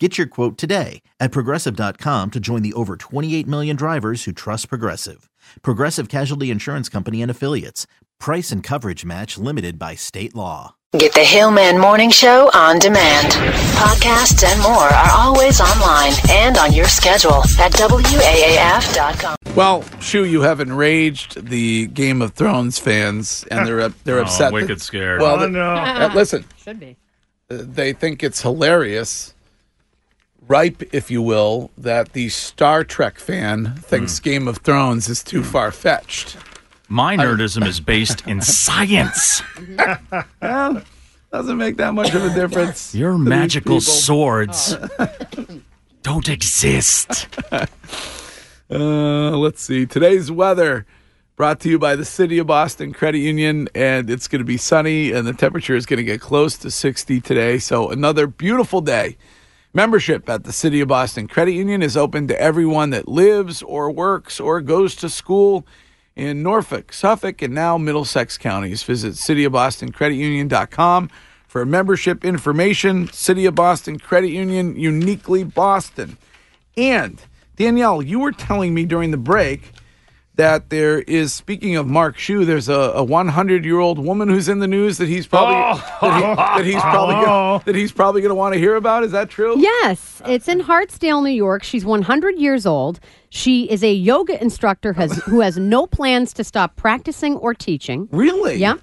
Get your quote today at progressive.com to join the over 28 million drivers who trust Progressive. Progressive Casualty Insurance Company and Affiliates. Price and coverage match limited by state law. Get the Hillman Morning Show on demand. Podcasts and more are always online and on your schedule at WAAF.com. Well, Shu, you have enraged the Game of Thrones fans, and they're up- they're Oh, upset. wicked that- scared. Well, Oh, th- no. uh, listen, Should be. uh, they think it's hilarious, ripe, if you will, that the Star Trek fan thinks Hmm. Game of Thrones is too far fetched. My nerdism is based in science. Well, doesn't make that much of a difference. Your to these magical people. swords don't exist. Uh, let's see. Today's weather brought to you by the City of Boston Credit Union, and it's going to be sunny, and the temperature is going to get close to 60 today. So, another beautiful day. Membership at the City of Boston Credit Union is open to everyone that lives or works or goes to school in Norfolk, Suffolk, and now Middlesex counties. Visit cityofbostoncreditunion.com for membership information. City of Boston Credit Union, uniquely Boston. And Danielle, you were telling me during the break that there is, speaking of Mark Shue, there's a 100 year old woman who's in the news that he's probably that, he- that he's probably gonna, that he's probably going to want to hear about. Is that true? Yes, it's in Hartsdale, New York. She's 100 years old. She is a yoga instructor has, who has no plans to stop practicing or teaching. Really? Yeah.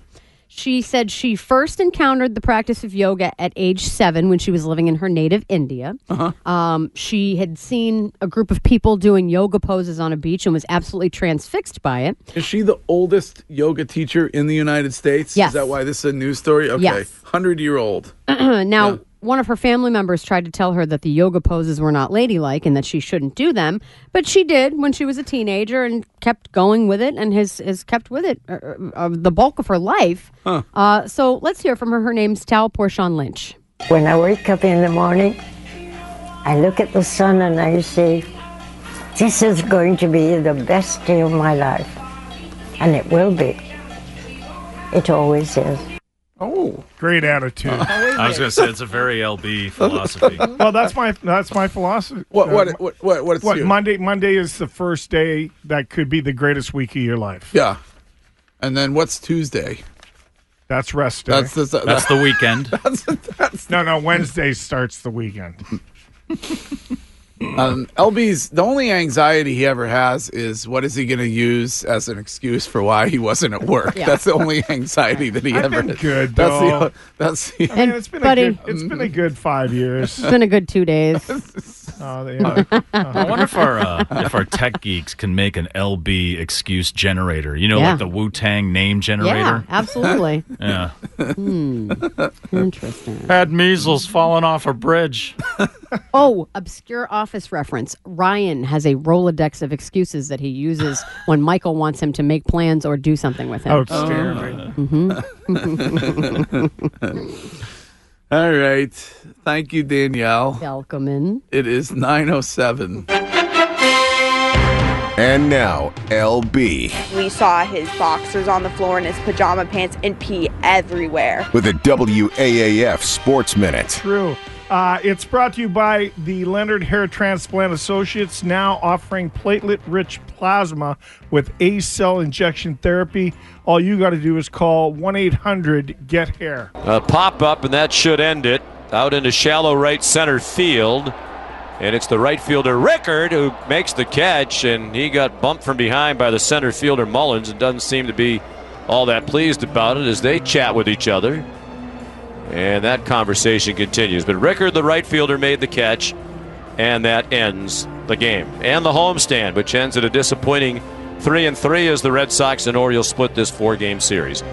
She said she first encountered the practice of yoga at age seven when she was living in her native India. Um, she had seen a group of people doing yoga poses on a beach and was absolutely transfixed by it. Is she the oldest yoga teacher in the United States? Yes. Is that why this is a news story? Okay. Yes. 100 year old. now, one of her family members tried to tell her that the yoga poses were not ladylike and that she shouldn't do them, but she did when she was a teenager and kept going with it and has, has kept with it uh, uh, uh, the bulk of her life. Uh, so let's hear from her. Her name's Tal Porchon Lynch. When I wake up in the morning, I look at the sun and I say, This is going to be the best day of my life. And it will be. It always is. Oh. Great attitude. I was going to say it's a very LB philosophy. well, that's my that's my philosophy. What, Uh, what, what, what, what's what you? Monday Monday is the first day that could be the greatest week of your life. yeah. And then what's Tuesday? That's rest day. That's, uh, that's, That's the weekend. no, no. Wednesday starts the weekend. Um, LB's the only anxiety he ever has is what is he going to use as an excuse for why he wasn't at work. Yeah. That's the only anxiety that he I've ever. been good, that's the. though. That's the. Man, And, it's been buddy- a good, it's been a good five years. It's been a good two days. Uh, yeah. I wonder if our uh, if our tech geeks can make an LB excuse generator. You know, Yeah. like the Wu Tang name yeah, generator. absolutely. Yeah. Interesting. Had measles falling off a bridge. Oh, obscure office reference. Ryan has a Rolodex of excuses that he uses when Michael wants him to make plans or do something with him. Outstanding. All right. Thank you, Danielle. Welcome in. It is nine oh seven. And now, LB We saw his boxers on the floor and his pajama pants and pee everywhere. with a WAAF Sports Minute. True. Uh, it's brought to you by the Leonard Hair Transplant Associates, now offering platelet rich plasma with A cell injection therapy. All you got to do is call 1 800 GET HAIR. A pop up, and that should end it. Out into shallow right center field. And it's the right fielder Rickard who makes the catch, and he got bumped from behind by the center fielder Mullins and doesn't seem to be all that pleased about it as they chat with each other. And that conversation continues. But Rickard, the right fielder, made the catch, and that ends the game and the homestand, which ends at a disappointing three and three as the Red Sox and Orioles split this four-game series.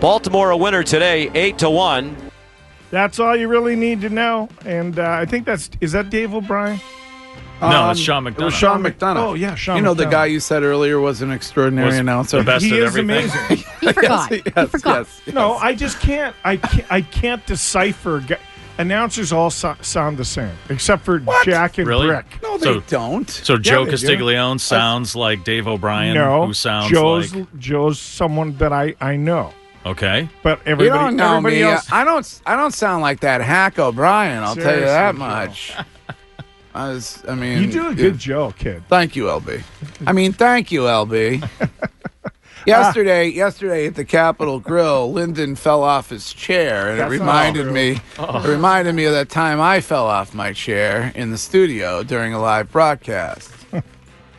Baltimore a winner today, eight to one. That's all you really need to know. And uh, I think that's, is that Dave O'Brien? No, it's Sean Um, It was McDonough. Sean McDonough. Oh, yeah, Sean You know the McDonough. guy you said earlier was an extraordinary Was announcer. the best He at is everything. amazing. He forgot. he forgot. No, I just can't. I can't, I can't decipher. Ga- Announcers all so- sound the same, except for Jack and Really? Brick. No, they So- don't. So Joe they do. Castiglione sounds like Dave O'Brien, no, who sounds Joe's like Joe's someone that I I know, okay. but you everybody don't know everybody me. else. I don't. I don't sound like that hack O'Brien. I'll tell you Seriously, that Joe. much. I was. I mean, you do a yeah. good Joe, kid. Thank you, LB. I mean, thank you, LB. yesterday, yesterday at the Capitol Grill, Lyndon fell off his chair, and That's it not reminded true. Oh. me, it reminded me of that time I fell off my chair in the studio during a live broadcast.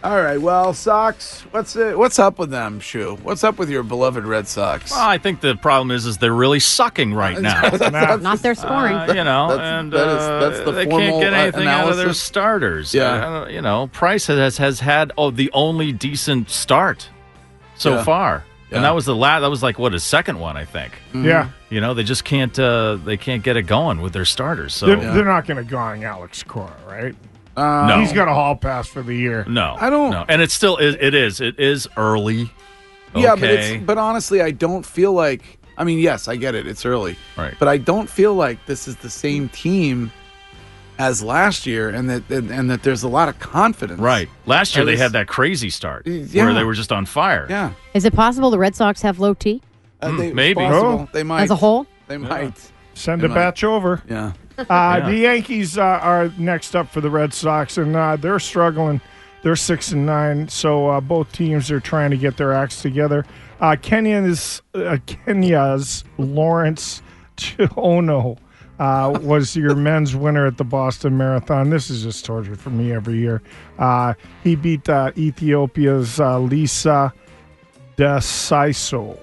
All right, well, Sox, what's it? What's up with them, Shu? What's up with your beloved Red Sox? Well, I think the problem is is they're really sucking right now. Nah, Not their scoring. Uh, you know, That's- and that is- uh, that's the they formal, can't get uh, anything out of their analysis. starters. Yeah. Uh, you know, Price has has had oh the only decent start so Yeah. far, Yeah. and that was the last. That was like what his second one, I think. Mm-hmm. yeah, You know, they just can't uh, they can't get it going with their starters. So they're, they're not going to go on Alex Cora, right? Uh, no, He's got a hall pass for the year. no, I don't- No. And it's still it, it is it is early. Yeah, but okay. it's but honestly, I don't feel like. I mean, yes, I get it. It's early, Right. But I don't feel like this is the same team as last year, and that and, and that there's a lot of confidence. Right. Last year That they is- had that crazy start Yeah. where they were just on fire. Yeah. Is it possible the Red Sox have low T Uh, they, it's maybe. possible. Oh. they might as a whole? They might. Send They a might. batch over. Yeah. Uh, The Yankees uh, are next up for the Red Sox, and uh, they're struggling. They're six and nine, so uh, both teams are trying to get their acts together. Uh, Kenya's uh, Kenya's Lawrence Chiono uh, was your men's winner at the Boston Marathon. This is just torture for me every year. Uh, he beat uh, Ethiopia's uh, Lisa Desaiso,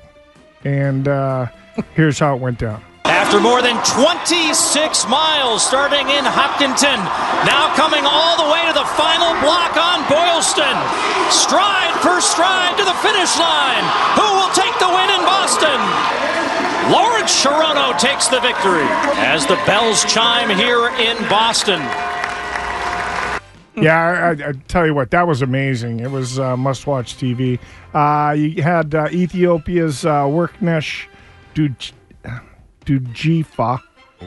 and uh, here's how it went down. After more than 26 miles starting in Hopkinton, now coming all the way to the final block on Boylston. Stride for stride to the finish line. Who will take the win in Boston? Lawrence Sharono takes the victory as the bells chime here in Boston. yeah, I, I, I tell you what, that was amazing. It was uh, must-watch TV. Uh, you had uh, Ethiopia's uh, Worknesh Duj- Dujifa.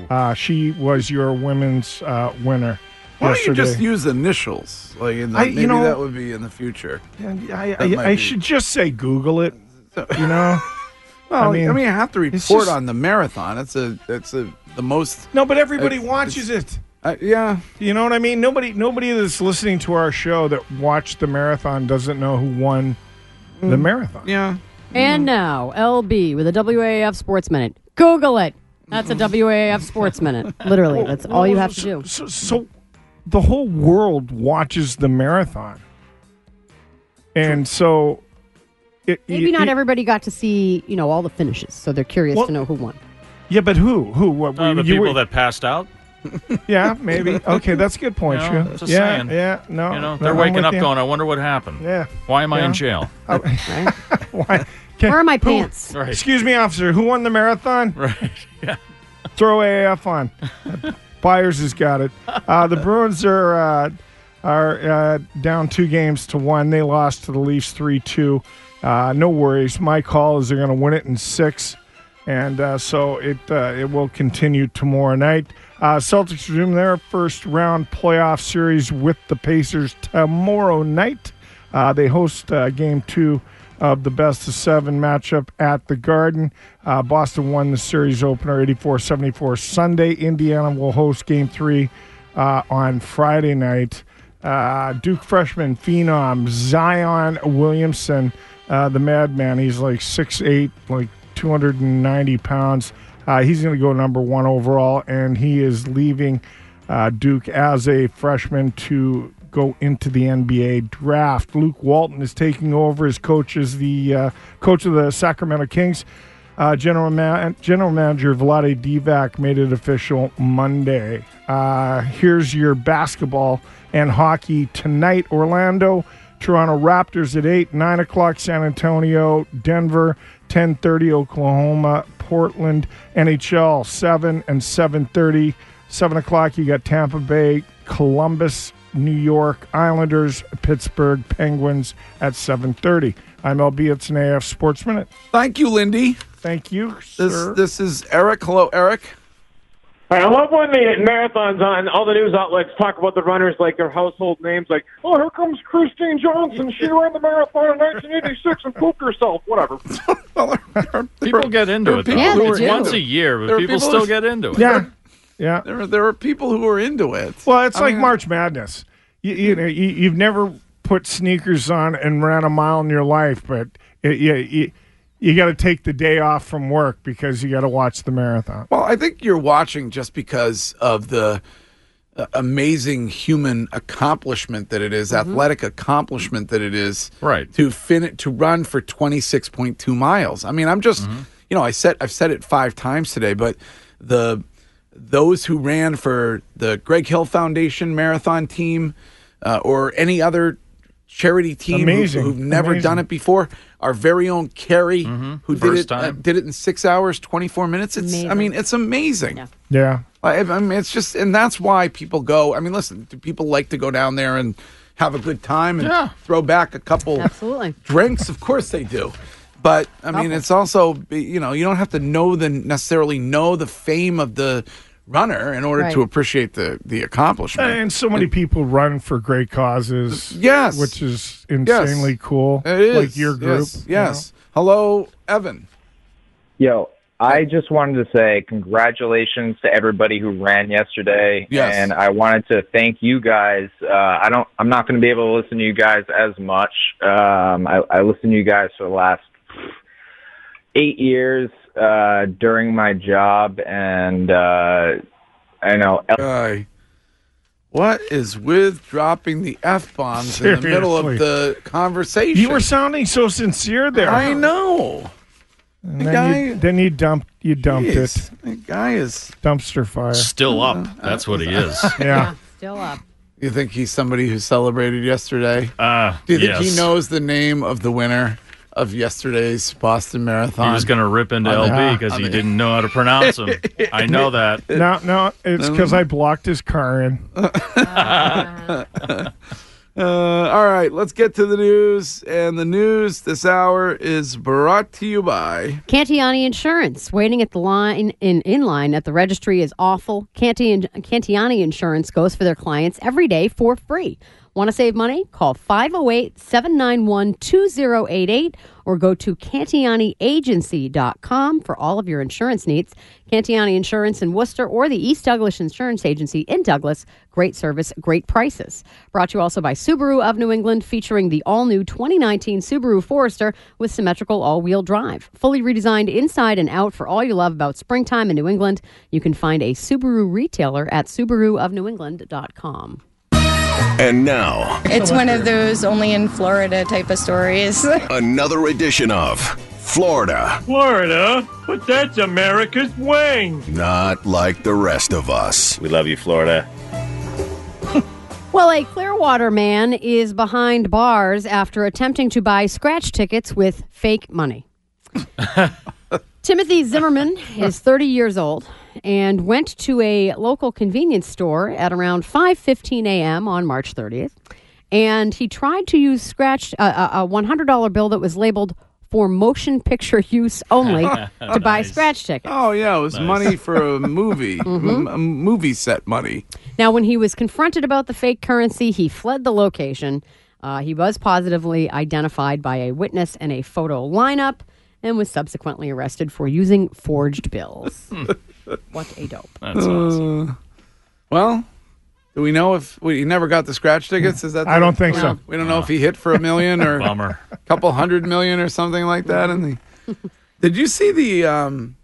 Uh, she was your women's uh, winner Why don't you yesterday. just use initials? Like, in the, I- you maybe know- that would be in the future. And I, That might I, I be- should just say Google it. You know? Well, I mean, mean, I have to it's report just- on the marathon. It's a, it's a, the most. no, but everybody It's- watches it. Uh, yeah. You know what I mean? Nobody, nobody that's listening to our show that watched the marathon doesn't know who won the marathon. Yeah. And now, LB with a WAF Sports Minute. Google it. That's a WAF Sports Minute. Literally, that's all you have to So- do. So, so the whole world watches the marathon, and so it, Maybe it- not it- everybody got to see, you know, all the finishes, so they're curious Well- to know who won. Yeah, but who? Who? What? Uh, the you people were- that passed out, Yeah, maybe. Okay, that's a good point. You know, Shu. just yeah, saying. yeah. No, you know, Oh, no, they're I'm waking with up you. going, I wonder what happened. Yeah. Why am I Yeah. in jail? Right? Why? Okay, Where are my who- pants? Right. Excuse me, officer. Who won the marathon? Right. Yeah. throw AAF on. Byers has got it. Uh, the Bruins are uh, are uh, down two games to one. They lost to the Leafs three two. Uh, no worries. My call is they're going to win it in six, and uh, so it uh, it will continue tomorrow night. Uh, Celtics resume their first round playoff series with the Pacers tomorrow night. Uh, they host uh, game two of the best of seven matchup at the Garden. Uh, Boston won the series opener 84 74 Sunday. Indiana will host game three uh, on Friday night. Uh, Duke freshman phenom Zion Williamson, uh, the madman, he's like 6'8, like 290 pounds. Uh, he's going to go number one overall, and he is leaving uh, Duke as a freshman to go into the NBA draft. Luke Walton is taking over as coach as the uh, coach of the Sacramento Kings. Uh, General Ma- General Manager Vlade Divac made it official Monday. Uh, here's your basketball and hockey tonight: Orlando, Toronto Raptors at eight, nine o'clock. San Antonio, Denver, ten thirty. Oklahoma, Portland, NHL seven and seven thirty. Seven o'clock. You got Tampa Bay, Columbus, New York Islanders, Pittsburgh Penguins at 7:30. I'm LB. It's an AF Sports Minute. Thank you, Lindy. Thank you, This sir. this is Eric. Hello, Eric. All right, I love when the marathons on all the news outlets talk about the runners like their household names, like, oh, here comes Christine Johnson. She ran the marathon in 1986 and pooped herself. Whatever. People get there into are it. though. people Yeah, who they are do. Once a year, but There are people, people still who- get into it. Yeah, yeah. There are, there are people who are into it. Well, it's I like mean, March Madness. You, you know, you, you've never put sneakers on and ran a mile in your life, but it, you, you, you got to take the day off from work because you got to watch the marathon. Well, I think you're watching just because of the uh, amazing human accomplishment that it is, athletic accomplishment that it is. Mm-hmm. Right. To fin to run for 26.2 miles. I mean, I'm just, you know, I said I've said it 5 times today, but the those who ran for the Greg Hill Foundation marathon team uh, or any other charity team who- Amazing. who've never Amazing. done it before. Our very own Carrie, who did First it, uh, time. did it in six hours, twenty four minutes. It's, I mean, it's amazing. Yeah. I, I mean, it's just, and that's why people go. I mean, listen, do people like to go down there and have a good time and Yeah. throw back a couple Absolutely. drinks? Of course they do. But I mean, Couple. it's also you know you don't have to know the necessarily know the fame of the runner in order Right. to appreciate the the accomplishment. And so many people run for great causes. Yes. Which is insanely cool. It is Like your group. Yes. yes. Hello, Evan. Yo, I just wanted to say congratulations to everybody who ran yesterday, Yes. and I wanted to thank you guys. Uh, I don't, I'm not going to be able to listen to you guys as much. Um, I, I listened to you guys for the last eight years uh, during my job, and uh, I know. Guy, what is with dropping the f bombs in the middle of Seriously. the You conversation? were sounding so sincere there. I know. And The then, you, guy- then you dumped you dumped Jeez. it. The guy is dumpster fire. Still Uh, up. That's what he is. Yeah. Still up. You think he's somebody who celebrated yesterday? Uh, Do you think he yes. knows the name of the winner of yesterday's Boston Marathon? He was going to rip into On the- LB because on he the- didn't know how to pronounce him. I know that. No, no, it's because I blocked his car in. Uh, all right, let's get to the news. And the news this hour is brought to you by. Cantiani Insurance. Waiting at the line in, in line at the registry is awful. Canti, Cantiani Insurance goes for their clients every day for free. Want to save money? Call 508 791 2088 or go to cantianiagency.com for all of your insurance needs. Cantiani Insurance in Worcester or the East Douglas Insurance Agency in Douglas. Great service, great prices. Brought to you also by Subaru of New England, featuring the all new 2019 Subaru Forester with symmetrical all wheel drive. Fully redesigned inside and out for all you love about springtime in New England. You can find a Subaru retailer at SubaruofNewEngland.com. And now, It's one of those only in Florida type of stories. another edition of Florida, Florida, but that's America's wing. not like the rest of us. We love you, Florida. Well, a Clearwater man is behind bars after attempting to buy scratch tickets with fake money. Timothy Zimmerman is 30 years old and went to a local convenience store at around 5:15 a.m. on March 30th, and he tried to use scratch uh, a a $100 bill that was labeled for motion picture use only to buy Nice. scratch tickets. Oh yeah, it was money for a movie, M- m- movie set money. Now, when he was confronted about the fake currency, he fled the location. Uh, he was positively identified by a witness and a photo lineup and was subsequently arrested for using forged bills. what a dope. Uh, Well, do we know if we he never got the scratch tickets? Is that? I don't think so. We don't know if he hit for a million or Bummer. a couple hundred million or something like that. And the, did you see the um,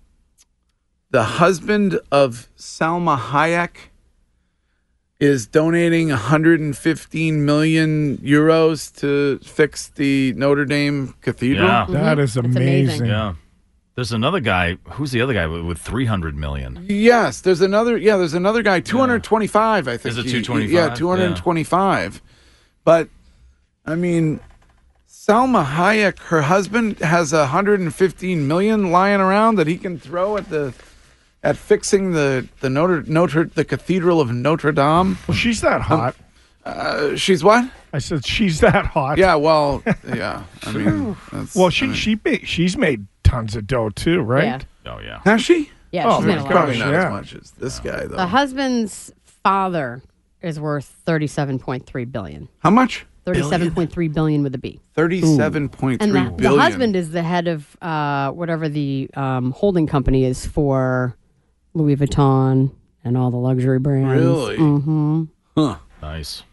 the husband of Salma Hayek is donating 115 million euros to fix the Notre Dame Cathedral? Yeah. That is amazing. Yeah. There's another guy. Who's the other guy with, with 300 million? Yes, there's another. Yeah, there's another guy. Two hundred twenty-five. I think. Is it he- 225? he- Yeah, two hundred twenty-five. But I mean, Salma Hayek, her husband has a hundred and fifteen million lying around that he can throw at the at fixing the the Notre Notre the Cathedral of Notre Dame. Well, she's not hot. Uh, she's what? I said she's that hot. Yeah, well, yeah. I mean, that's, well, she she made, she's made tons of dough too, right? Oh yeah. Has she? Yeah, she's made a lot. probably not Yeah. as much as this guy though. The husband's father is worth thirty-seven point three billion. How much? Thirty-seven point three billion with a B. Thirty-seven point three And billion. the, the husband is the head of uh, whatever the um, holding company is for Louis Vuitton and all the luxury brands. Really? hmm Huh. Nice.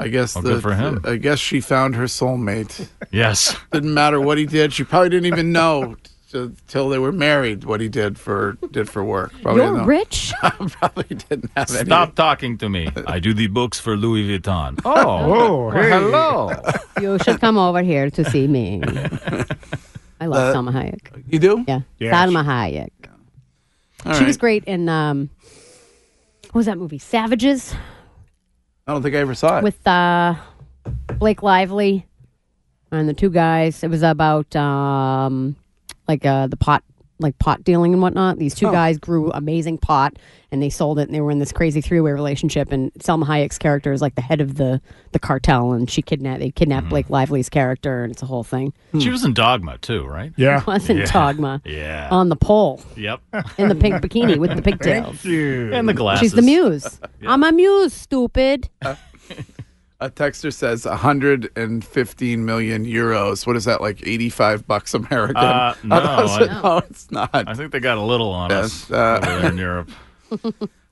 I guess Well, the, good for him. I guess she found her soulmate. yes. Didn't matter what he did. She probably didn't even know t- till they were married what he did for did for work. Probably You're didn't know. rich. probably didn't have any. Stop talking to me. I do the books for Louis Vuitton. Oh, hey. hello. you should come over here to see me. I love Uh, Selma Hayek. You do? Yeah. Yeah, Salma Hayek. All she was great in um, what was that movie? Savages I don't think I ever saw it. with uh, Blake Lively and the two guys. It was about um, like uh, the pot, like pot dealing and whatnot. These two Oh. guys grew amazing pot and they sold it, and they were in this crazy three way relationship. And Selma Hayek's character is like the head of the the cartel, and she kidnapped they kidnapped Blake Lively's character, and it's a whole thing. Oh. She was in Dogma too, right? It wasn't dogma. Yeah. Uh, on the pole Yep. in the pink bikini with the pigtails. And the glasses. She's the muse. I'm a muse, stupid. A texter says 115 million euros. What is that like? 85 bucks American? Uh, no, I thought it said- I- no, it's not. I think they got a little on Yes, us uh, over there in Europe.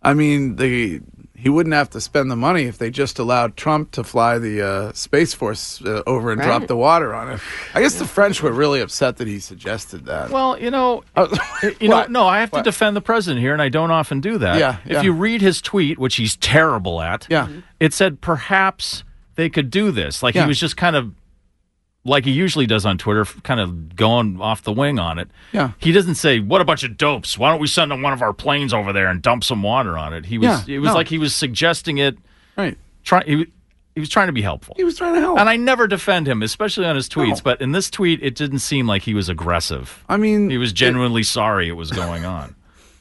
I mean, the he wouldn't have to spend the money if they just allowed Trump to fly the uh, space force uh, over and drop Right. the water on it. I guess the French were really upset that he suggested that. Well, you know, Uh, you know, no, I have to defend the president here, and I don't often do that. Yeah, If yeah. you read his tweet, which he's terrible at, yeah, it said perhaps they could do this. Like Yeah. he was just kind of, like he usually does on Twitter, f- kind of going off the wing on it. Yeah. He doesn't say what a bunch of dopes. Why don't we send one of our planes over there and dump some water on it? He was. Yeah, it was no. like he was suggesting it. Right. Try. He, wa- he was trying to be helpful. He was trying to help. And I never defend him, especially on his tweets. But in this tweet, it didn't seem like he was aggressive. I mean, he was genuinely sorry it was going on.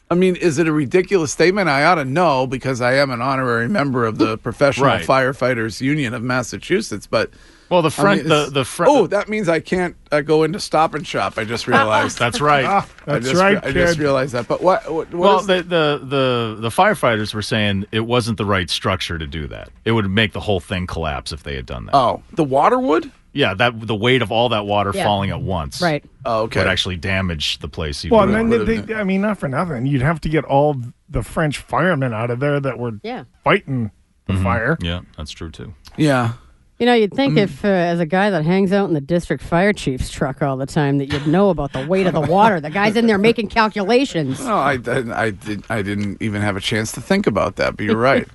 I mean, is it a ridiculous statement? I ought to know because I am an honorary member of the Professional Right. Firefighters Union of Massachusetts. But well, the Fren- the- the Fren- Oh, that means I can't uh, go into Stop and Shop. I just realized. That's right. I That's just- right, I just kid. realized that. But what? what, Ah. what well, is- the, the the the firefighters were saying it wasn't the right structure to do that. It would make the whole thing collapse if they had done that. Oh, the water would. Yeah, that the weight of all that water Yeah. falling at once. Right. Oh, okay. Would actually damage the place. even Well, and then more. they, they- I mean, not for nothing, you'd have to get all the French firemen out of there that were Yeah. fighting the Mm-hmm. Mhm. fire. Yeah, that's true too. Yeah. You know, you'd think if, uh, as a guy that hangs out in the district fire chief's truck all the time, that you'd know about the weight of the water. The guy's in there making calculations. No, I, I, I, did, I didn't even have a chance to think about that, but you're right.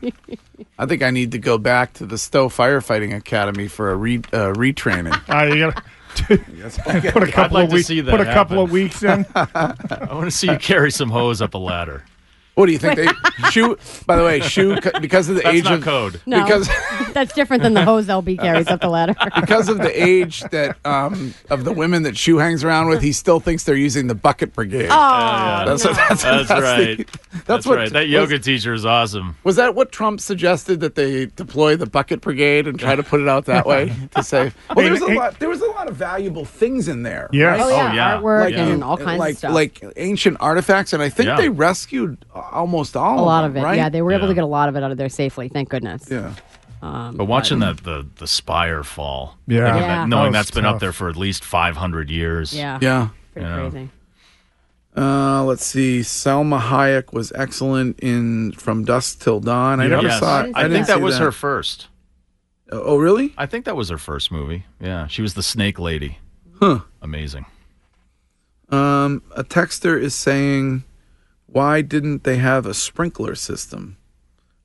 I think I need to go back to the Stowe Firefighting Academy for a re, uh, retraining. I gotta put a couple of weeks. Put a couple of weeks in. I want to see you carry some hose up a ladder. What do you think they shoe? By the way, shoe because of the That's age not of code. No, because that's different than the hose LB carries up the ladder. because of the age that um, of the women that shoe hangs around with, he still thinks they're using the bucket brigade. Oh, Yeah, yeah. that's, no. that's, That's the- right. that's, That's what right. That was- yoga teacher is awesome. Was that what Trump suggested that they deploy the bucket brigade and try to put it out that way to save? Well, there was a lot. There was a lot of valuable things in there. Yes. right? Oh, yeah, Oh, yeah. artwork Like, and all uh, kinds of like, stuff. Like ancient artifacts, and I think Yeah. they rescued a- almost all. a lot of it. them, right? Yeah, they were able to get a lot of it out of there safely. Thank goodness. Yeah. Um, But watching that the the spire fall, Yeah. thinking Yeah. that, knowing That was that's been up tough. there for at least five hundred years. Yeah. Yeah. Pretty You know. crazy. Uh, let's see. Selma Hayek was excellent in From Dusk Till Dawn. I never Yes. saw it. I, didn't think that see was her first. Oh, really? I think that was her first movie. Yeah, she was the snake lady. Huh. Amazing. Um, a texter is saying, "Why didn't they have a sprinkler system?"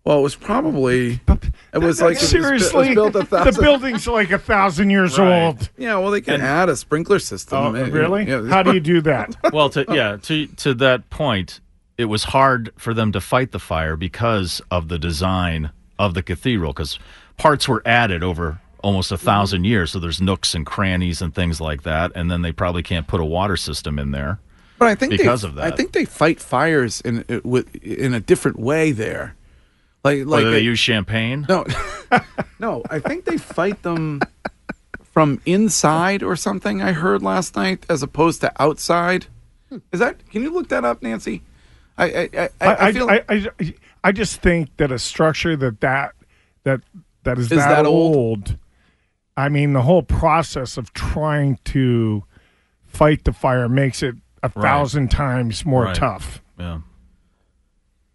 Well, it was probably it was like it was bu- it was seriously, built a the thousand- building's like a thousand years old. Yeah, well, they can add a sprinkler system. Oh, It- really? yeah. How do you do that? Well, to yeah, to to that point, it was hard for them to fight the fire because of the design of the cathedral because parts were added over almost Mm-hmm. a thousand years so there's nooks and crannies and things like that and then they probably can't put a water system in there But I think because they, of that I think they fight fires uh, in with in a different way there. Like like whether they a- use champagne no no, I think they fight them from inside or something. I heard last night, as opposed to outside. Is that? Can you look that up, Nancy? I I I, I, I, I, feel I, I, I just think that a structure that that that that is, Is that old? I mean, the whole process of trying to fight the fire makes it a Right. thousand times more Right. tough. Yeah.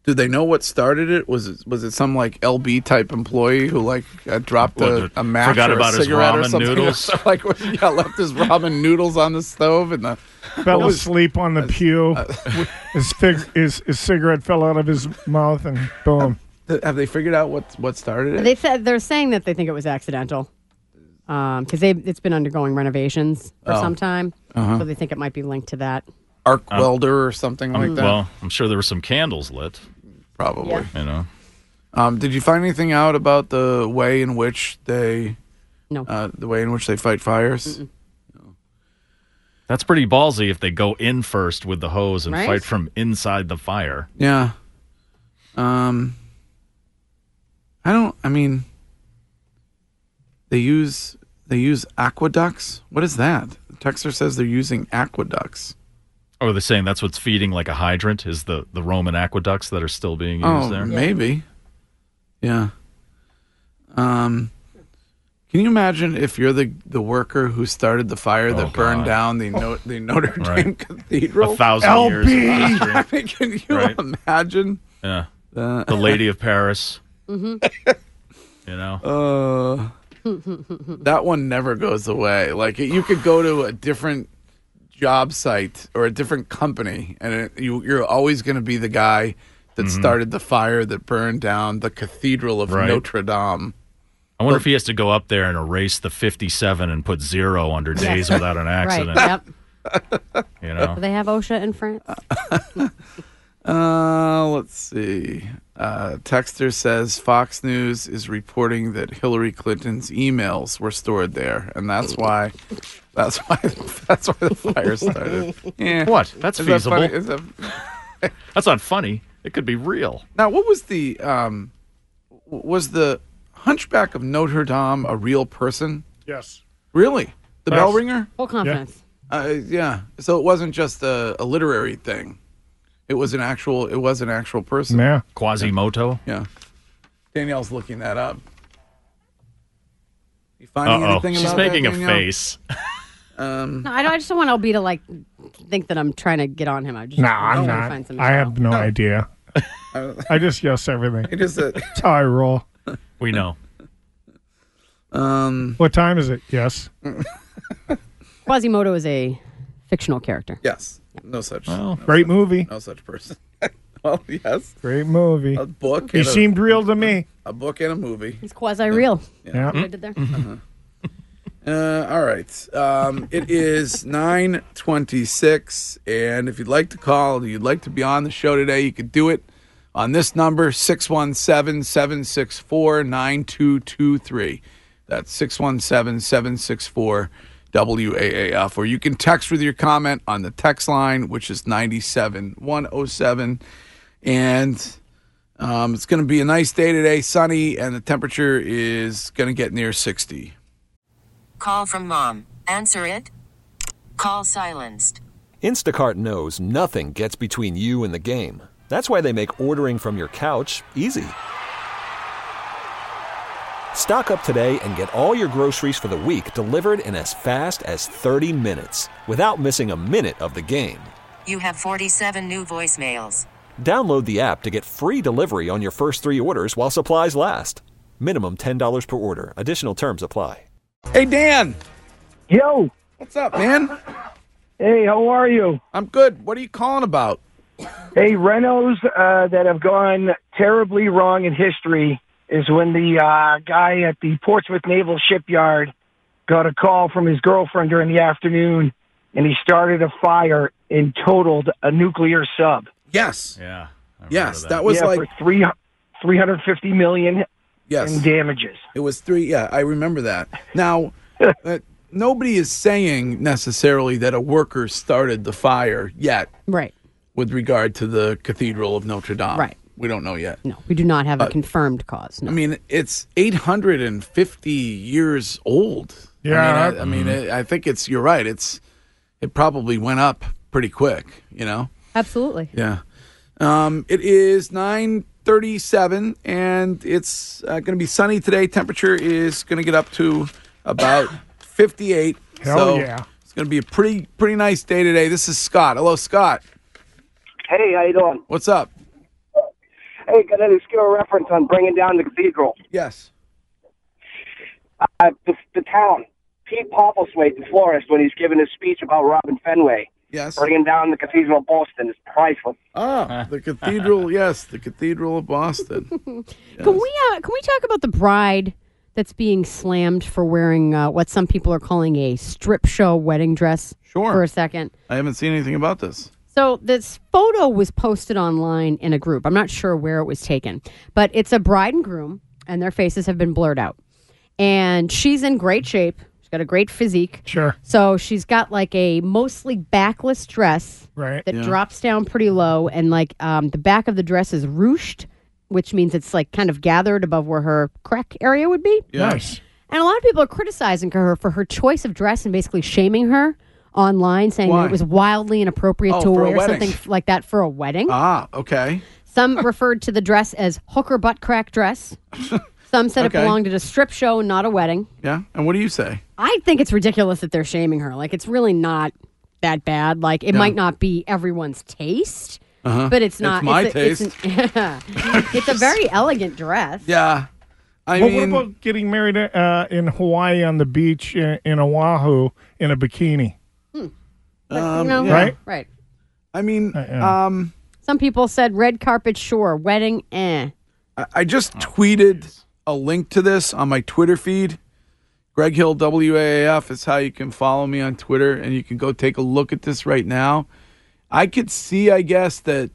Do they know what started it? Was it was it some like LB type employee who like uh, dropped a, What, a match forgot or a about his cigarette or ramen something? noodles? So, like yeah, left his ramen noodles on the stove and the Fell what was- asleep on the pew. his, fig, his his cigarette fell out of his mouth, and boom. th- Have they figured out what what started it? They said they're saying that they think it was accidental, because they it's been undergoing renovations for Oh. some time, Uh-huh. so they think it might be linked to that. Arc Um, welder or something I'm- like that. um, Well, I'm sure there were some candles lit. Probably. Yeah. You know. Um, did you find anything out about the way in which they, no, uh, the way in which they fight fires? That's pretty ballsy if they go in first with the hose and Right? fight from inside the fire. Yeah. Um. I don't. I mean, they use they use aqueducts. What is that? The texter says they're using aqueducts. Or are they Oh, saying that's what's feeding like a hydrant is the, the Roman aqueducts that are still being used Oh, there? maybe. Yeah. Um. Can you imagine if you're the the worker who started the fire that burned Oh, God. down the no, the Notre Right. Dame Cathedral? A thousand years of LB. history. I mean, can you Right. imagine? Yeah. Uh, the Lady of Paris, Mm-hmm. you know. Uh, that one never goes away. Like you could go to a different job site or a different company, and it, you, you're always going to be the guy that started the fire that burned down the Cathedral of Mm-hmm. Right. Notre Dame. I wonder if he has to go up there and erase the 57 and put zero under days without an accident. Right. You Yep. know. Do they have OSHA in France? Uh, let's see. Uh, Texter says Fox News is reporting that Hillary Clinton's emails were stored there, and that's why. That's why. That's why the fire started. Yeah. What? That's Is that feasible. funny? Is that- That's not funny. It could be real. Now, what was the um, w- was the Hunchback of Notre Dame a real person? Yes. Really, the Yes. bell ringer? Full confidence. Yeah. Uh, yeah. So it wasn't just a, a literary thing; it was an actual. It was an actual person. Yeah. Quasimodo. Yeah. Danielle's looking that up. You finding Uh-oh. anything She's about making a that, Danielle? face. Um, No, I, don't, I just don't want LB to like think that I'm trying to get on him. I just No, I I'm wanna find not. some- I have no idea. I just yes everything. It is a, That's how I roll. We know. Um, what time is it? Yes. Quasimodo is a fictional character. Yes. No such. Well, no great such- movie. No such person. well, yes. Great movie. A book. He and a- seemed real to me. A book and a movie. It's quasi real. Yeah. Mm. I did there. Mm-hmm. Uh, all right. Um, it is nine twenty-six, and if you'd like to call, and you'd like to be on the show today, you could do it on this number 617-764-9223. That's 617-764-WAAF. Or you can text with your comment on the text line, which is 97107. And um, it's going to be a nice day today, sunny, and the temperature is going to get near 60. Call from mom. Answer it. Call silenced. Instacart knows nothing gets between you and the game. That's why they make ordering from your couch easy. Stock up today and get all your groceries for the week delivered in as fast as 30 minutes without missing a minute of the game. You have 47 new voicemails. Download the app to get free delivery on your first three orders while supplies last. Minimum $10 per order. Additional terms apply. Hey, Dan. Yo. What's up, man? Hey, how are you? I'm good. What are you calling about? Hey, Renos uh, that have gone terribly wrong in history is when the uh, guy at the Portsmouth Naval Shipyard got a call from his girlfriend during the afternoon, and he started a fire and totaled a nuclear sub. Yes. Yeah. Yes, that. was Yeah, like for three three hundred fifty million. Yes. in damages. It was three. Yeah, I remember that. Now, uh, nobody is saying necessarily that a worker started the fire yet. Right. With regard to the Cathedral of Notre Dame. Right. We don't know yet. No. We do not have a confirmed cause. No. I mean, it's 850 years old. Yeah. I mean, I, I, mean, it, I think it's, you're right. It's, it probably went up pretty quick, you know? Absolutely. Yeah. Um, it is 937 and it's uh, going to be sunny today. Temperature is going to get up to about 58. Hell so yeah. It's going to be a pretty pretty nice day today. This is Scott. Hello Scott. Hey, how you doing? What's up? Hey, got an obscure reference on bringing down the cathedral. Yes. Uh, the, the town. Pete Poppleswade, the florist, when he's giving his speech about Robin Fenway. Yes. Bringing down the Cathedral of Boston is priceless. Ah, the cathedral, yes, the cathedral of Boston. Can we uh, can we talk about the bride that's being slammed for wearing uh, what some people are calling a strip show wedding dress? Sure. For a second. I haven't seen anything about this. So this photo was posted online in a group. I'm not sure where it was taken, but it's a bride and groom, and their faces have been blurred out. And she's in great shape. She's got a great physique. Sure. So she's got like a mostly backless dress Right. that drops down pretty low, and like um, the back of the dress is ruched, which means it's like kind of gathered above where her crack area would be. Nice. And a lot of people are criticizing her for her choice of dress and basically shaming her online, saying Why? that it was wildly inappropriate Oh, to for a wear wedding. something f- like that for a wedding. Ah, okay. Some referred to the dress as hooker butt crack dress. Some said Okay. it belonged at a strip show, not a wedding. Yeah. And what do you say? I think it's ridiculous that they're shaming her. Like, it's really not that bad. Like, it Yeah. might not be everyone's taste, Uh-huh. but it's It's not. my a- taste. It's, an- it's a very elegant dress. Yeah. I well, mean, what about getting married uh, in Hawaii on the beach in, in Oahu in a bikini? Um, You know? yeah. Right? Right. I mean, Uh, um, some people said red carpet, sure. Wedding, eh. I- I just Oh, tweeted a link to this on my Twitter feed. Greg Hill WAAF is how you can follow me on Twitter, and you can go take a look at this right now. I could see, I guess, that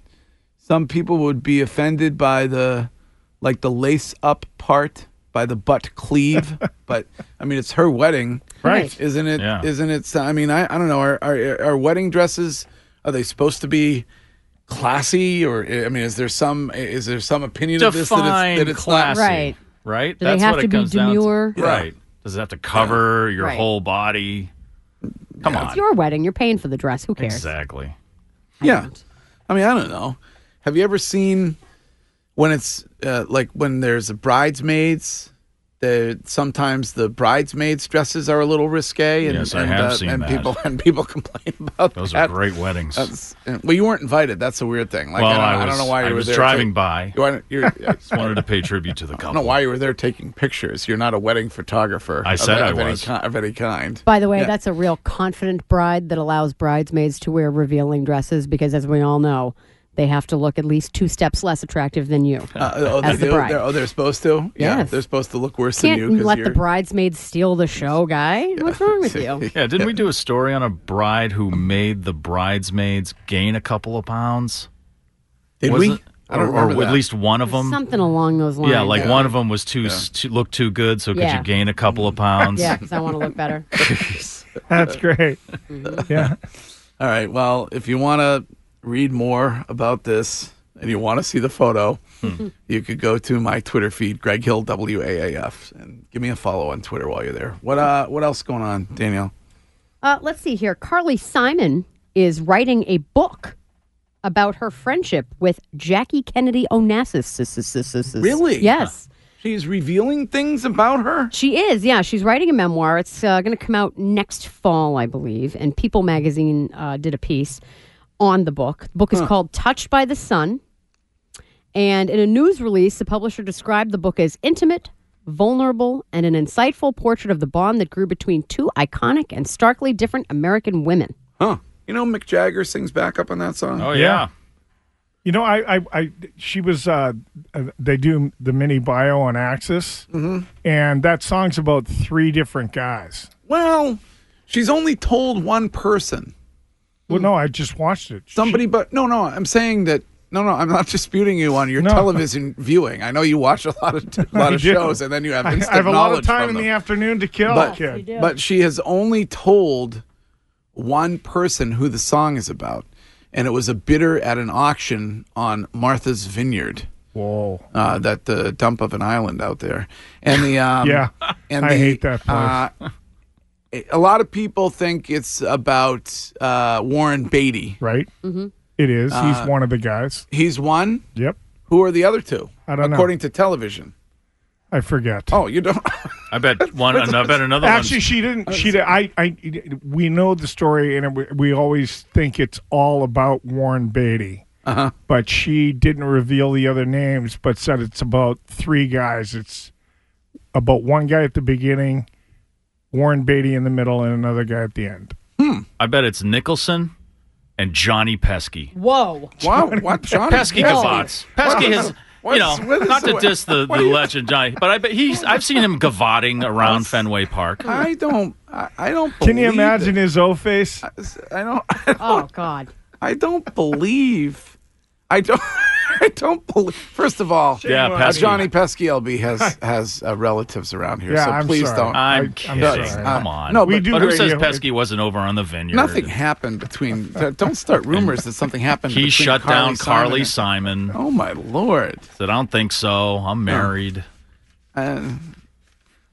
some people would be offended by the like the lace up part, by the butt cleave, but I mean, it's her wedding, Right. Isn't it? Yeah. not it? I mean, I, I don't know. Are, are are wedding dresses are they supposed to be classy, or I mean, is there some is there some opinion of this that Define it's, that it's classy, not Right. Right? Do they have what to it be comes down demure? To. Right. Does it have to cover your Right. whole body? Come It's on. your wedding. You're paying for the dress. Who cares? Exactly. Yeah. I mean, I don't know. Have you ever seen when it's uh, like when there's a bridesmaids? The, sometimes the bridesmaids' dresses are a little risque, and, Yes, I and, have uh, seen and that. people and people complain about Those that. are great weddings. That's- and- well, you weren't invited. That's the weird thing. Like, well, I, don't, I, I was, don't know why you I were was there. driving Take- by. You wanted- you're- I Just wanted to pay tribute to the don't couple. know why you were there taking pictures. You're not a wedding photographer. I of- said I of any was. ki- of any kind. By the way, Yeah. that's a real confident bride that allows bridesmaids to wear revealing dresses because, as we all know, they have to look at least two steps less attractive than you Uh, oh, they as the do? bride. They're, oh, they're supposed to. Yeah, Yes. they're supposed to look worse Can't than you. 'cause let the you're- bridesmaids steal the show, guy. What's wrong with you? Yeah, didn't we do a story on a bride who made the bridesmaids gain a couple of pounds? Did Was we? it? I don't Or- remember Or at that. least one of them. Something along those lines. Yeah, like one of them was too, s too looked too good, so could Yeah. you gain a couple of pounds? Yeah, because I want to look better. Uh, That's great. Yeah. All right. Well, if you want to read more about this and you want to see the photo, you could go to my Twitter feed, Greg Hill WAAF, and give me a follow on Twitter while you're there. What uh, what else going on, Danielle? Uh, let's see here. Carly Simon is writing a book about her friendship with Jackie Kennedy Onassis. Really? Yes. She's revealing things about her. She is, yeah. She's writing a memoir. It's uh, going to come out next fall, I believe. And People magazine uh, did a piece on the book. The book is called Touched by the Sun. And in a news release, the publisher described the book as intimate, vulnerable, and an insightful portrait of the bond that grew between two iconic and starkly different American women. Huh? You know, Mick Jagger sings back up on that song. Oh yeah. You know, I, I, I she was. Uh, uh, they do the mini bio on Axis, Mm-hmm. and that song's about three different guys. Well, she's only told one person. Well, no, I just watched it. Mm. Somebody, but no, no. I'm saying that. No, no. I'm not disputing you on your television viewing. I know you watch a lot of a lot I of do. shows, and then you have I, instant I have a lot of knowledge time from in them. the afternoon to kill. but, kid. but she has only told one person who the song is about, and it was a bidder at an auction on Martha's Vineyard. Whoa. uh, that uh, dump of an island out there, and the um, Yeah. and I the, hate that place. uh, a lot of people think it's about uh, Warren Beatty, right? It is. Uh, He's one of the guys. He's one. Yep. Who are the other two? I don't know. According to television. I forget. Oh, you don't. I bet one. I bet another Actually, she didn't. She did. I. I. We know the story, and we, we always think it's all about Warren Beatty. Uh-huh. But she didn't reveal the other names, but said it's about three guys. It's about one guy at the beginning, Warren Beatty in the middle, and another guy at the end. one. I bet it's Nicholson and Johnny Pesky. Whoa. Wow. What? Johnny Pesky Pesky. gavots. Pesky Wow. has, What's you know, with us? not to diss the, the What are you- legend Johnny, but I bet he's. I've seen him gavoting around Fenway Park. I don't. I, I don't. Can you believe imagine his O face? it. I don't. I don't oh God. I don't believe. I don't. I don't believe. First of all, Shame Yeah, on Pesky. you. Uh, Johnny Pesky LB has has uh, relatives around here, Yeah, so I'm please sorry. don't. I'm No, kidding. it's not. Come on. Uh, No, but, but who says Pesky wasn't over on the vineyard? Nothing happened between. Don't start rumors that something happened. He between shut Carly down Carly Simon Simon. Oh my lord! Said I don't think so. I'm married. and- uh,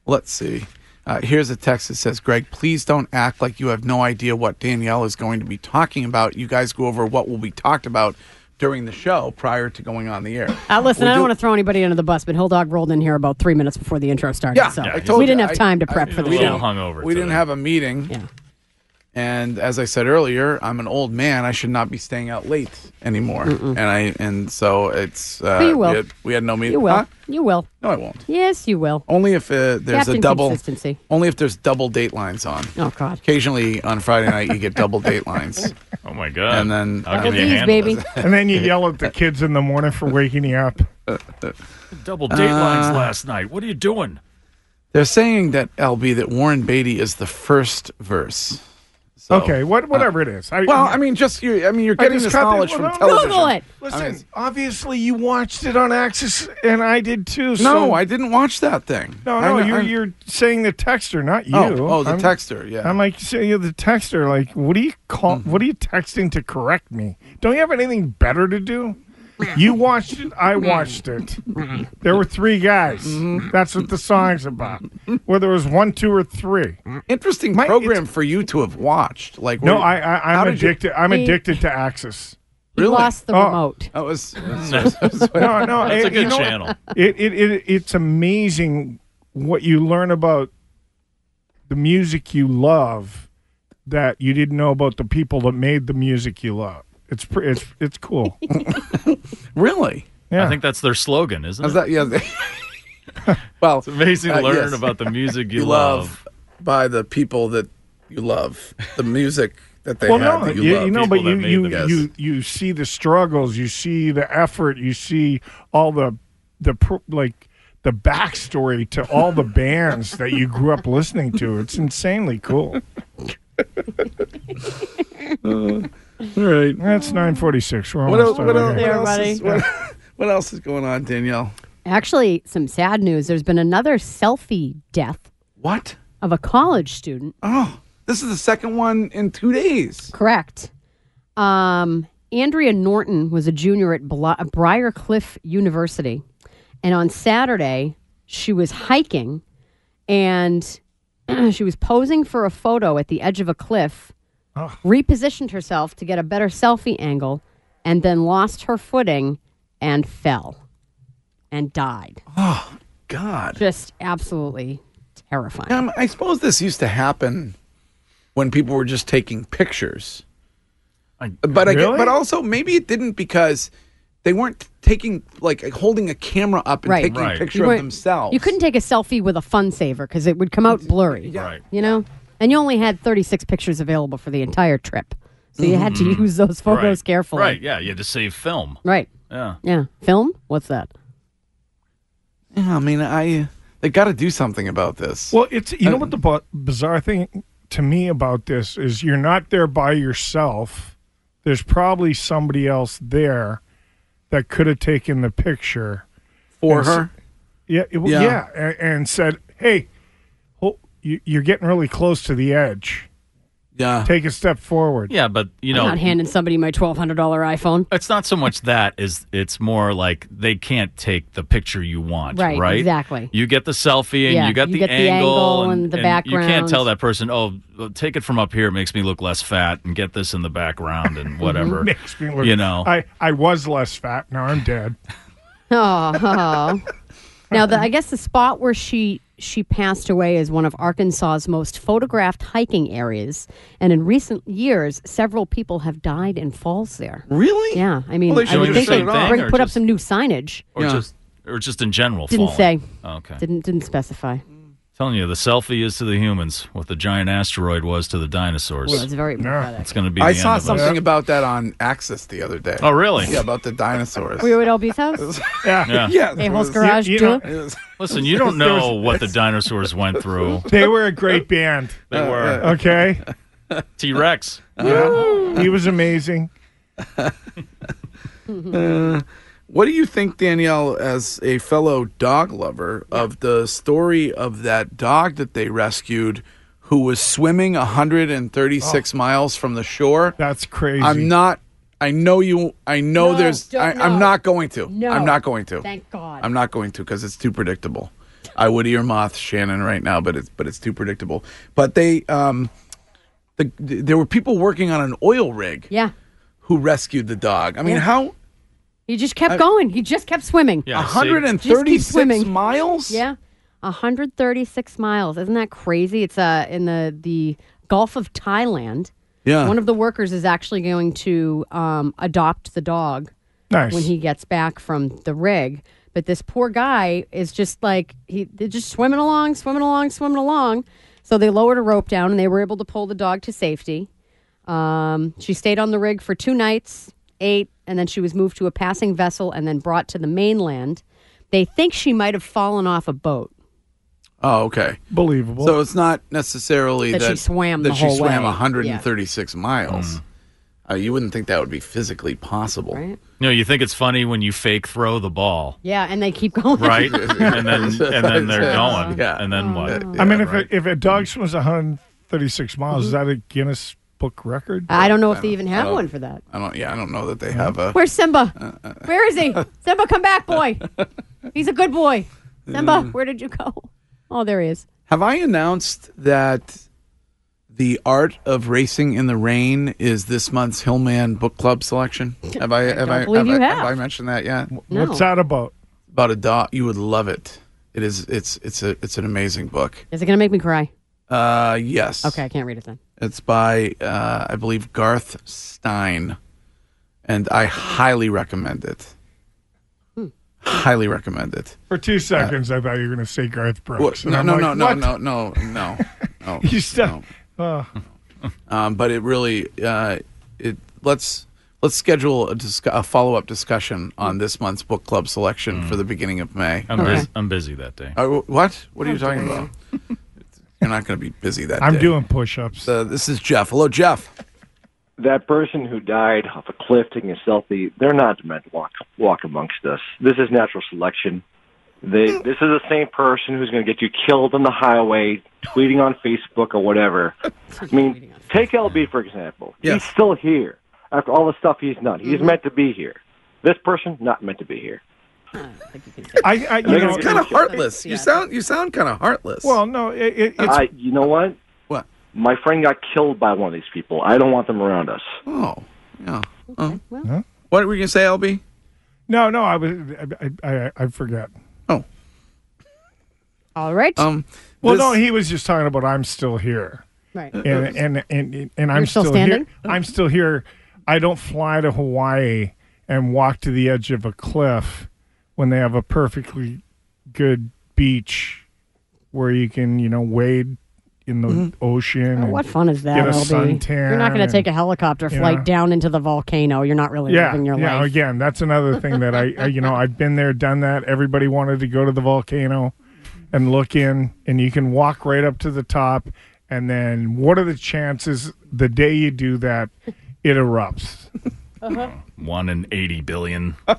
let's see. Uh, here's a text that says, "Greg, please don't act like you have no idea what Danielle is going to be talking about. You guys go over what will be talked about during the show prior to going on the air." Uh, listen, We I don't do- want to throw anybody under the bus, but Hill Dog rolled in here about three minutes before the intro started. Yeah, so I told we you, didn't have time to I- prep for the we show. didn't- We didn't have a meeting. And as I said earlier, I'm an old man. I should not be staying out late anymore. And I and so it's uh, But you will. We, had, we had no meeting. You will. Huh? You will. No, I won't. Yes, you will. Only if uh, there's Captain a double consistency. Only if there's double date lines on. Oh God. Occasionally on Friday night you get double date lines. Oh my God. And then I'll give you a Double D's, handle. baby. and then you yell at the kids in the morning for waking you up. Double datelines Uh, last night. What are you doing? They're saying that LB that Warren Beatty is the first verse. So, okay, what, whatever it is. I, Oh. Uh, well, I mean, just you. I mean, you're I getting just this got the- knowledge well, from no, television. Listen, obviously you watched it on Axis, and I did too. So no, I didn't watch that thing. No, I no, kn- you're I- you're saying the texter, not you. Oh, oh, the I'm- texter, yeah. Mm-hmm. I'm like, so you're the texter. Like, what do you call? What are you texting to correct me? Don't you have anything better to do? You watched it. I watched it. There were three guys. That's what the song's about. Whether it was one, two, or three. Mm-hmm. Interesting program for you to have watched. Like, No, were- I, I how I'm did you- addicted. I'm addicted to Axis. Really? lost the Oh. remote. That was. no, no, That's it- a good you know what? channel. It, it it it's amazing what you learn about the music you love that you didn't know about the people that made the music you love. It's pre- it's it's cool. really? Yeah. I think that's their slogan, isn't How's that? Uh, it? Yeah. they- well, it's amazing to learn about the music you love. by the people that you love, the music that they well, had no, that you, you, love. you know, but you you, Yes. you you see the struggles, you see the effort, you see all the the pr- like the backstory to all the bands that you grew up listening to. It's insanely cool. all right, that's nine forty six. We're What almost else? done What here. else, what, else There, buddy. is, what, what else is going on, Danielle? Actually, some sad news. There's been another selfie death. What? Of a college student. Oh, this is the second one in two days. Correct. Um, Andrea Norton was a junior at Bla- Briarcliff University. And on Saturday, she was hiking and she was posing for a photo at the edge of a cliff, repositioned herself to get a better selfie angle, and then lost her footing and fell and died. Oh, God. Just absolutely terrifying. Um, I suppose this used to happen when people were just taking pictures. but I get, Really? but also maybe it didn't because they weren't taking like holding a camera up and right. taking a You picture of weren't- themselves. You couldn't take a selfie with a fun saver because it would come out blurry. Right. You know? And you only had 36 pictures available for the entire trip. So you had to Mm-hmm. Mhm. use those photos Right. carefully. Right. Yeah. You had to save film. Right. Yeah. Yeah. Film? What's that? Yeah, I mean, I they got to do something about this. Well, it's you know what the bu- bizarre thing to me about this is you're not there by yourself. There's probably somebody else there that could have taken the picture For and s- her? Yeah, it, w Yeah. yeah, and, and said, "Hey, oh, you, you're getting really close to the edge. Yeah. Take a step forward. Yeah, but you know, I'm not handing somebody my twelve hundred dollar iPhone. It's not so much that is it's more like they can't take the picture you want, Right, right? exactly. You get the selfie and Yeah, you got you the, get the angle, angle and the You can't background. tell that person, "Oh, well, take it from up here, it makes me look less fat and get this in the background and Mm-hmm. whatever." Makes me look- you know. I, I was less fat. Now I'm dead. Oh, oh. now the, I guess the spot where she she passed away is one of Arkansas's most photographed hiking areas, and in recent years, several people have died in falls there. Really? Yeah, I mean, Well, they I should would do the think they same thing, bring, or put up just- some new signage. or just or just in general didn't falling. say. Okay. Didn't didn't specify. Telling you the selfie is to the humans what the giant asteroid was to the dinosaurs. Well, it's very pathetic. It's going to be I the saw end of us. something about that on Access the other day. Oh, really? Yeah, about the dinosaurs. Were you at LB's house? Yeah. yeah. A hole's garage you door. know, Listen, you don't There was- know what the dinosaurs went through. They were a great band. They were. Okay. T Rex. Yeah. He was amazing. Uh, what do you think, Danielle, as a fellow dog lover, of the story of that dog that they rescued who was swimming 136 miles from the shore? That's crazy. I'm not. I know you. I know No, there's. don't- I, no. I'm not going to. No. I'm not going to. Thank God. I'm not going to because it's too predictable. I would earmoth Shannon right now, but it's but it's too predictable. But they um, the, there were people working on an oil rig Yeah, who rescued the dog. I mean, Yeah. how he just kept I- going. He just kept swimming. A hundred and Just keep 36 swimming. miles? Yeah, 136 miles. Isn't that crazy? It's uh, in the, the Gulf of Thailand. Yeah. One of the workers is actually going to um, adopt the dog Nice. when he gets back from the rig. But this poor guy is just like, he, they're just swimming along, swimming along, swimming along. So they lowered a rope down and they were able to pull the dog to safety. Um, she stayed on the rig for two nights, ate, and then she was moved to a passing vessel and then brought to the mainland. They think she might have fallen off a boat. Oh, okay. Believable. So it's not necessarily that, That she swam that the she whole swam way. 136 miles. Uh, you wouldn't think that would be physically possible. Right? No, you think it's funny when you fake throw the ball, Yeah, and they keep going. right? and then and then they're going. Yeah. And then what? I mean, if, a, if a dog swims 136 miles, is that a Guinness Book record? I don't know if they even have don't- one for that. I don't. Yeah, I don't know that they have a. Where's Simba? Where is he? Simba, come back, boy. He's a good boy. Simba, where did you go? Oh, there he is. Have I announced that the art of racing in the rain is this month's Hillman Book Club selection? Have I? Have don't I? believe Have, you I have. I mentioned that yet? What's that about? About a dog. You would love it. It is. It's. It's a. It's an amazing book. Is it going to make me cry? Uh, yes. Okay, I can't read it then. It's by, uh, I believe, Garth Stein, and I highly recommend it. Hmm. Highly recommend it. For two seconds, I thought you were going to say Garth Brooks. and no, I'm no, like, no, no, what? no, no, no, no, You still. Uh, Um, but it really, uh, it let's let's schedule a, discu- a follow up discussion on this month's book club selection Hmm. for the beginning of May. I'm, busy, I'm busy that day. Uh, wh- what? What are you talking about? You're not going to be busy that Oh, I'm day. doing push ups. So this is Jeff. Hello, Jeff. that person who died off a cliff taking a selfie, they're not meant to walk walk amongst us. This is natural selection. They, this is the same person who's going to get you killed on the highway, tweeting on Facebook or whatever. I mean, take LB for example. He's still here after all the stuff he's done. He's meant to be here. This person not meant to be here. I, I, you They're know, gonna- It's kind of heartless. You sound you sound kind of heartless. Well, no, it, it, it's I, you know what? What? My friend got killed by one of these people. I don't want them around us. Oh, yeah. Oh. What were you going to say, LB? no, no. I was, I, I, I, I forget. All right. Oh, Um, Well, This- no, he was just talking about I'm still here, right. and and and, and I'm You're still here. standing? I'm still here. I don't fly to Hawaii and walk to the edge of a cliff when they have a perfectly good beach where you can, you know, wade in the ocean. Oh, and what fun is that, Get a LB? suntan. You're not going to take a helicopter you flight know. down into the volcano. You're not really yeah, living your yeah. life. Again, that's another thing that I, I, you know, I've been there, done that. Everybody wanted to go to the volcano and look in, and you can walk right up to the top. And then, what are the chances the day you do that, it erupts? One in eighty billion. Oh,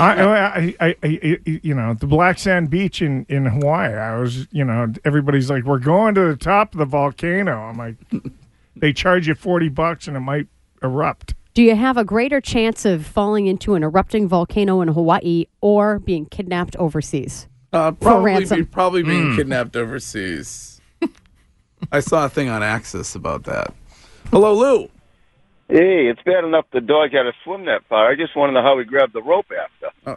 I, I, I, I, you know, the black sand beach in in Hawaii. I was, you know, everybody's like, we're going to the top of the volcano. I'm like, They charge you 40 bucks and it might erupt. Do you have a greater chance of falling into an erupting volcano in Hawaii or being kidnapped overseas? Uh, for probably, ransom. be, probably being Hmm. Mm. kidnapped overseas. I saw a thing on Axis about that. Hello, Lou. Hey, it's bad enough the dog had to swim that far. I just want to know how he grabbed the rope after.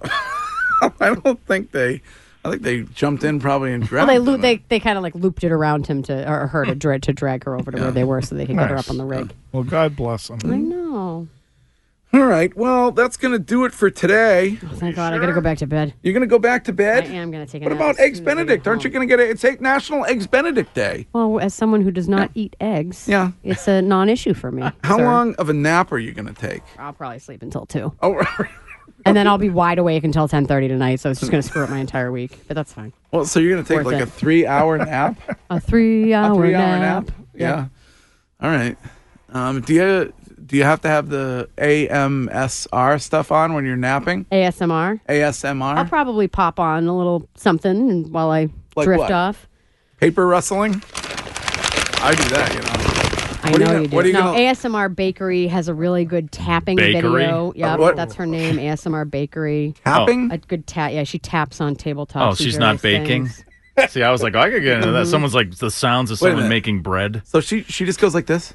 I don't think they. I think they jumped in probably and Well, drowned. they him. loo- they they kind of like looped it around him to or her to dra- to drag her over to where they were so they could get her Nice. up on the rig. Well, God bless them. I know. All right. Well, that's going to do it for today. Thank Oh God, I got to go back to bed. You're going to go back to bed? I am going to take. a What nap about as Eggs soon as I get Benedict? Aren't you going to get it? It's eight National Eggs Benedict Day. home. Well, as someone who does not eat eggs, yeah, it's a non-issue for me. How sir. long of a nap are you going to take? I'll probably sleep until two. Oh, and then I'll be wide awake until ten thirty tonight. So it's just going to screw up my entire week. But that's fine. Well, so you're going to take Worth like it. a three hour nap? A three-hour three-hour nap. Yeah. All right. Um, do you do you have to have the AMSR stuff on when you're napping? ASMR. ASMR. I'll probably pop on a little something and while I Like drift what? off. Paper rustling. I do that, you Oh. know. I What are know you, gonna- do. What are you no, gonna- ASMR Bakery has a really good tapping Bakery? video. Yeah, Uh, what- that's her name, ASMR Bakery. Tapping? A good tap. Yeah, she taps on tabletops. Oh, and she's not various baking. things. See, I was like, "Oh, I could get into that. Mhm. Someone's like the sounds of Mm-hmm. Wait a someone minute. making bread. So she she just goes like this.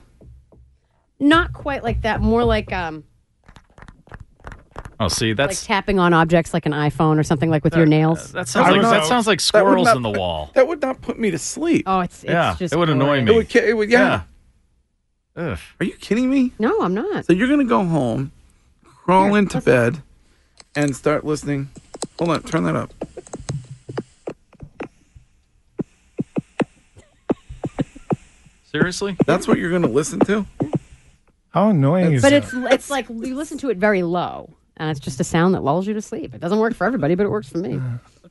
Not quite like that. More like um, Oh, see, like that's tapping on objects, like an iPhone or something, like with your nails. that sounds like that sounds like That would squirrels not- in the wall. That would not put me to sleep. Oh, it's, it's Yeah, just it would annoy boring. me. It would, ki- it would yeah. Ugh. Are you kidding me? No, I'm not. So you're gonna go home, crawl into bed, and start listening. Hold on, turn that up. Seriously? That's what you're gonna listen to? How annoying is But that? it's it's like you listen to it very low, and it's just a sound that lulls you to sleep. It doesn't work for everybody, but it works for me. Uh,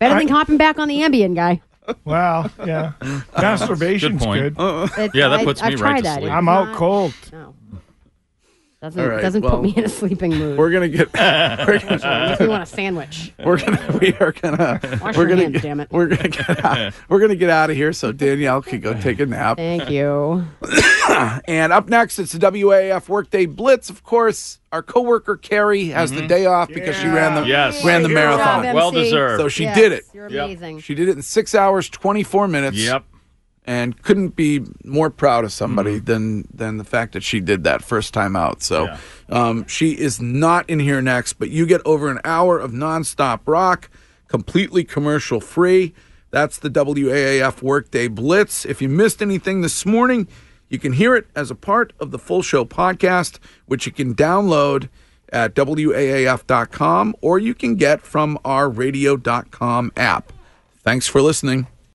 Better than hopping back on the Ambien, guy. Wow. Yeah. Masturbation's Good point. Oh, good. It's- Yeah, that I- puts me I've right tried to that. sleep. I'm It's out not- cold. Doesn't All right, doesn't well, put me in a sleeping mood. We're gonna get. We're Makes me want gonna. a sandwich. We're gonna. We are gonna. Wash we're your gonna. hands, get, damn it. We're gonna get. Out, we're gonna get out of here so Danielle can go take a nap. Thank you. and up next, it's the WAF Workday Blitz. Of course, our coworker Carrie has the day off because she ran the Mm-hmm. Yes. ran the Good job, marathon. MC. Well deserved. So she Yes, did it. you're Yep. amazing. She did it in six hours, twenty four minutes. Yep. And couldn't be more proud of somebody than than the fact that she did that first time out. So um, she is not in here next, but you get over an hour of nonstop rock, completely commercial free. That's the WAAF Workday Blitz. If you missed anything this morning, you can hear it as a part of the full show podcast, which you can download at waaf.com or you can get from our radio.com app. Thanks for listening.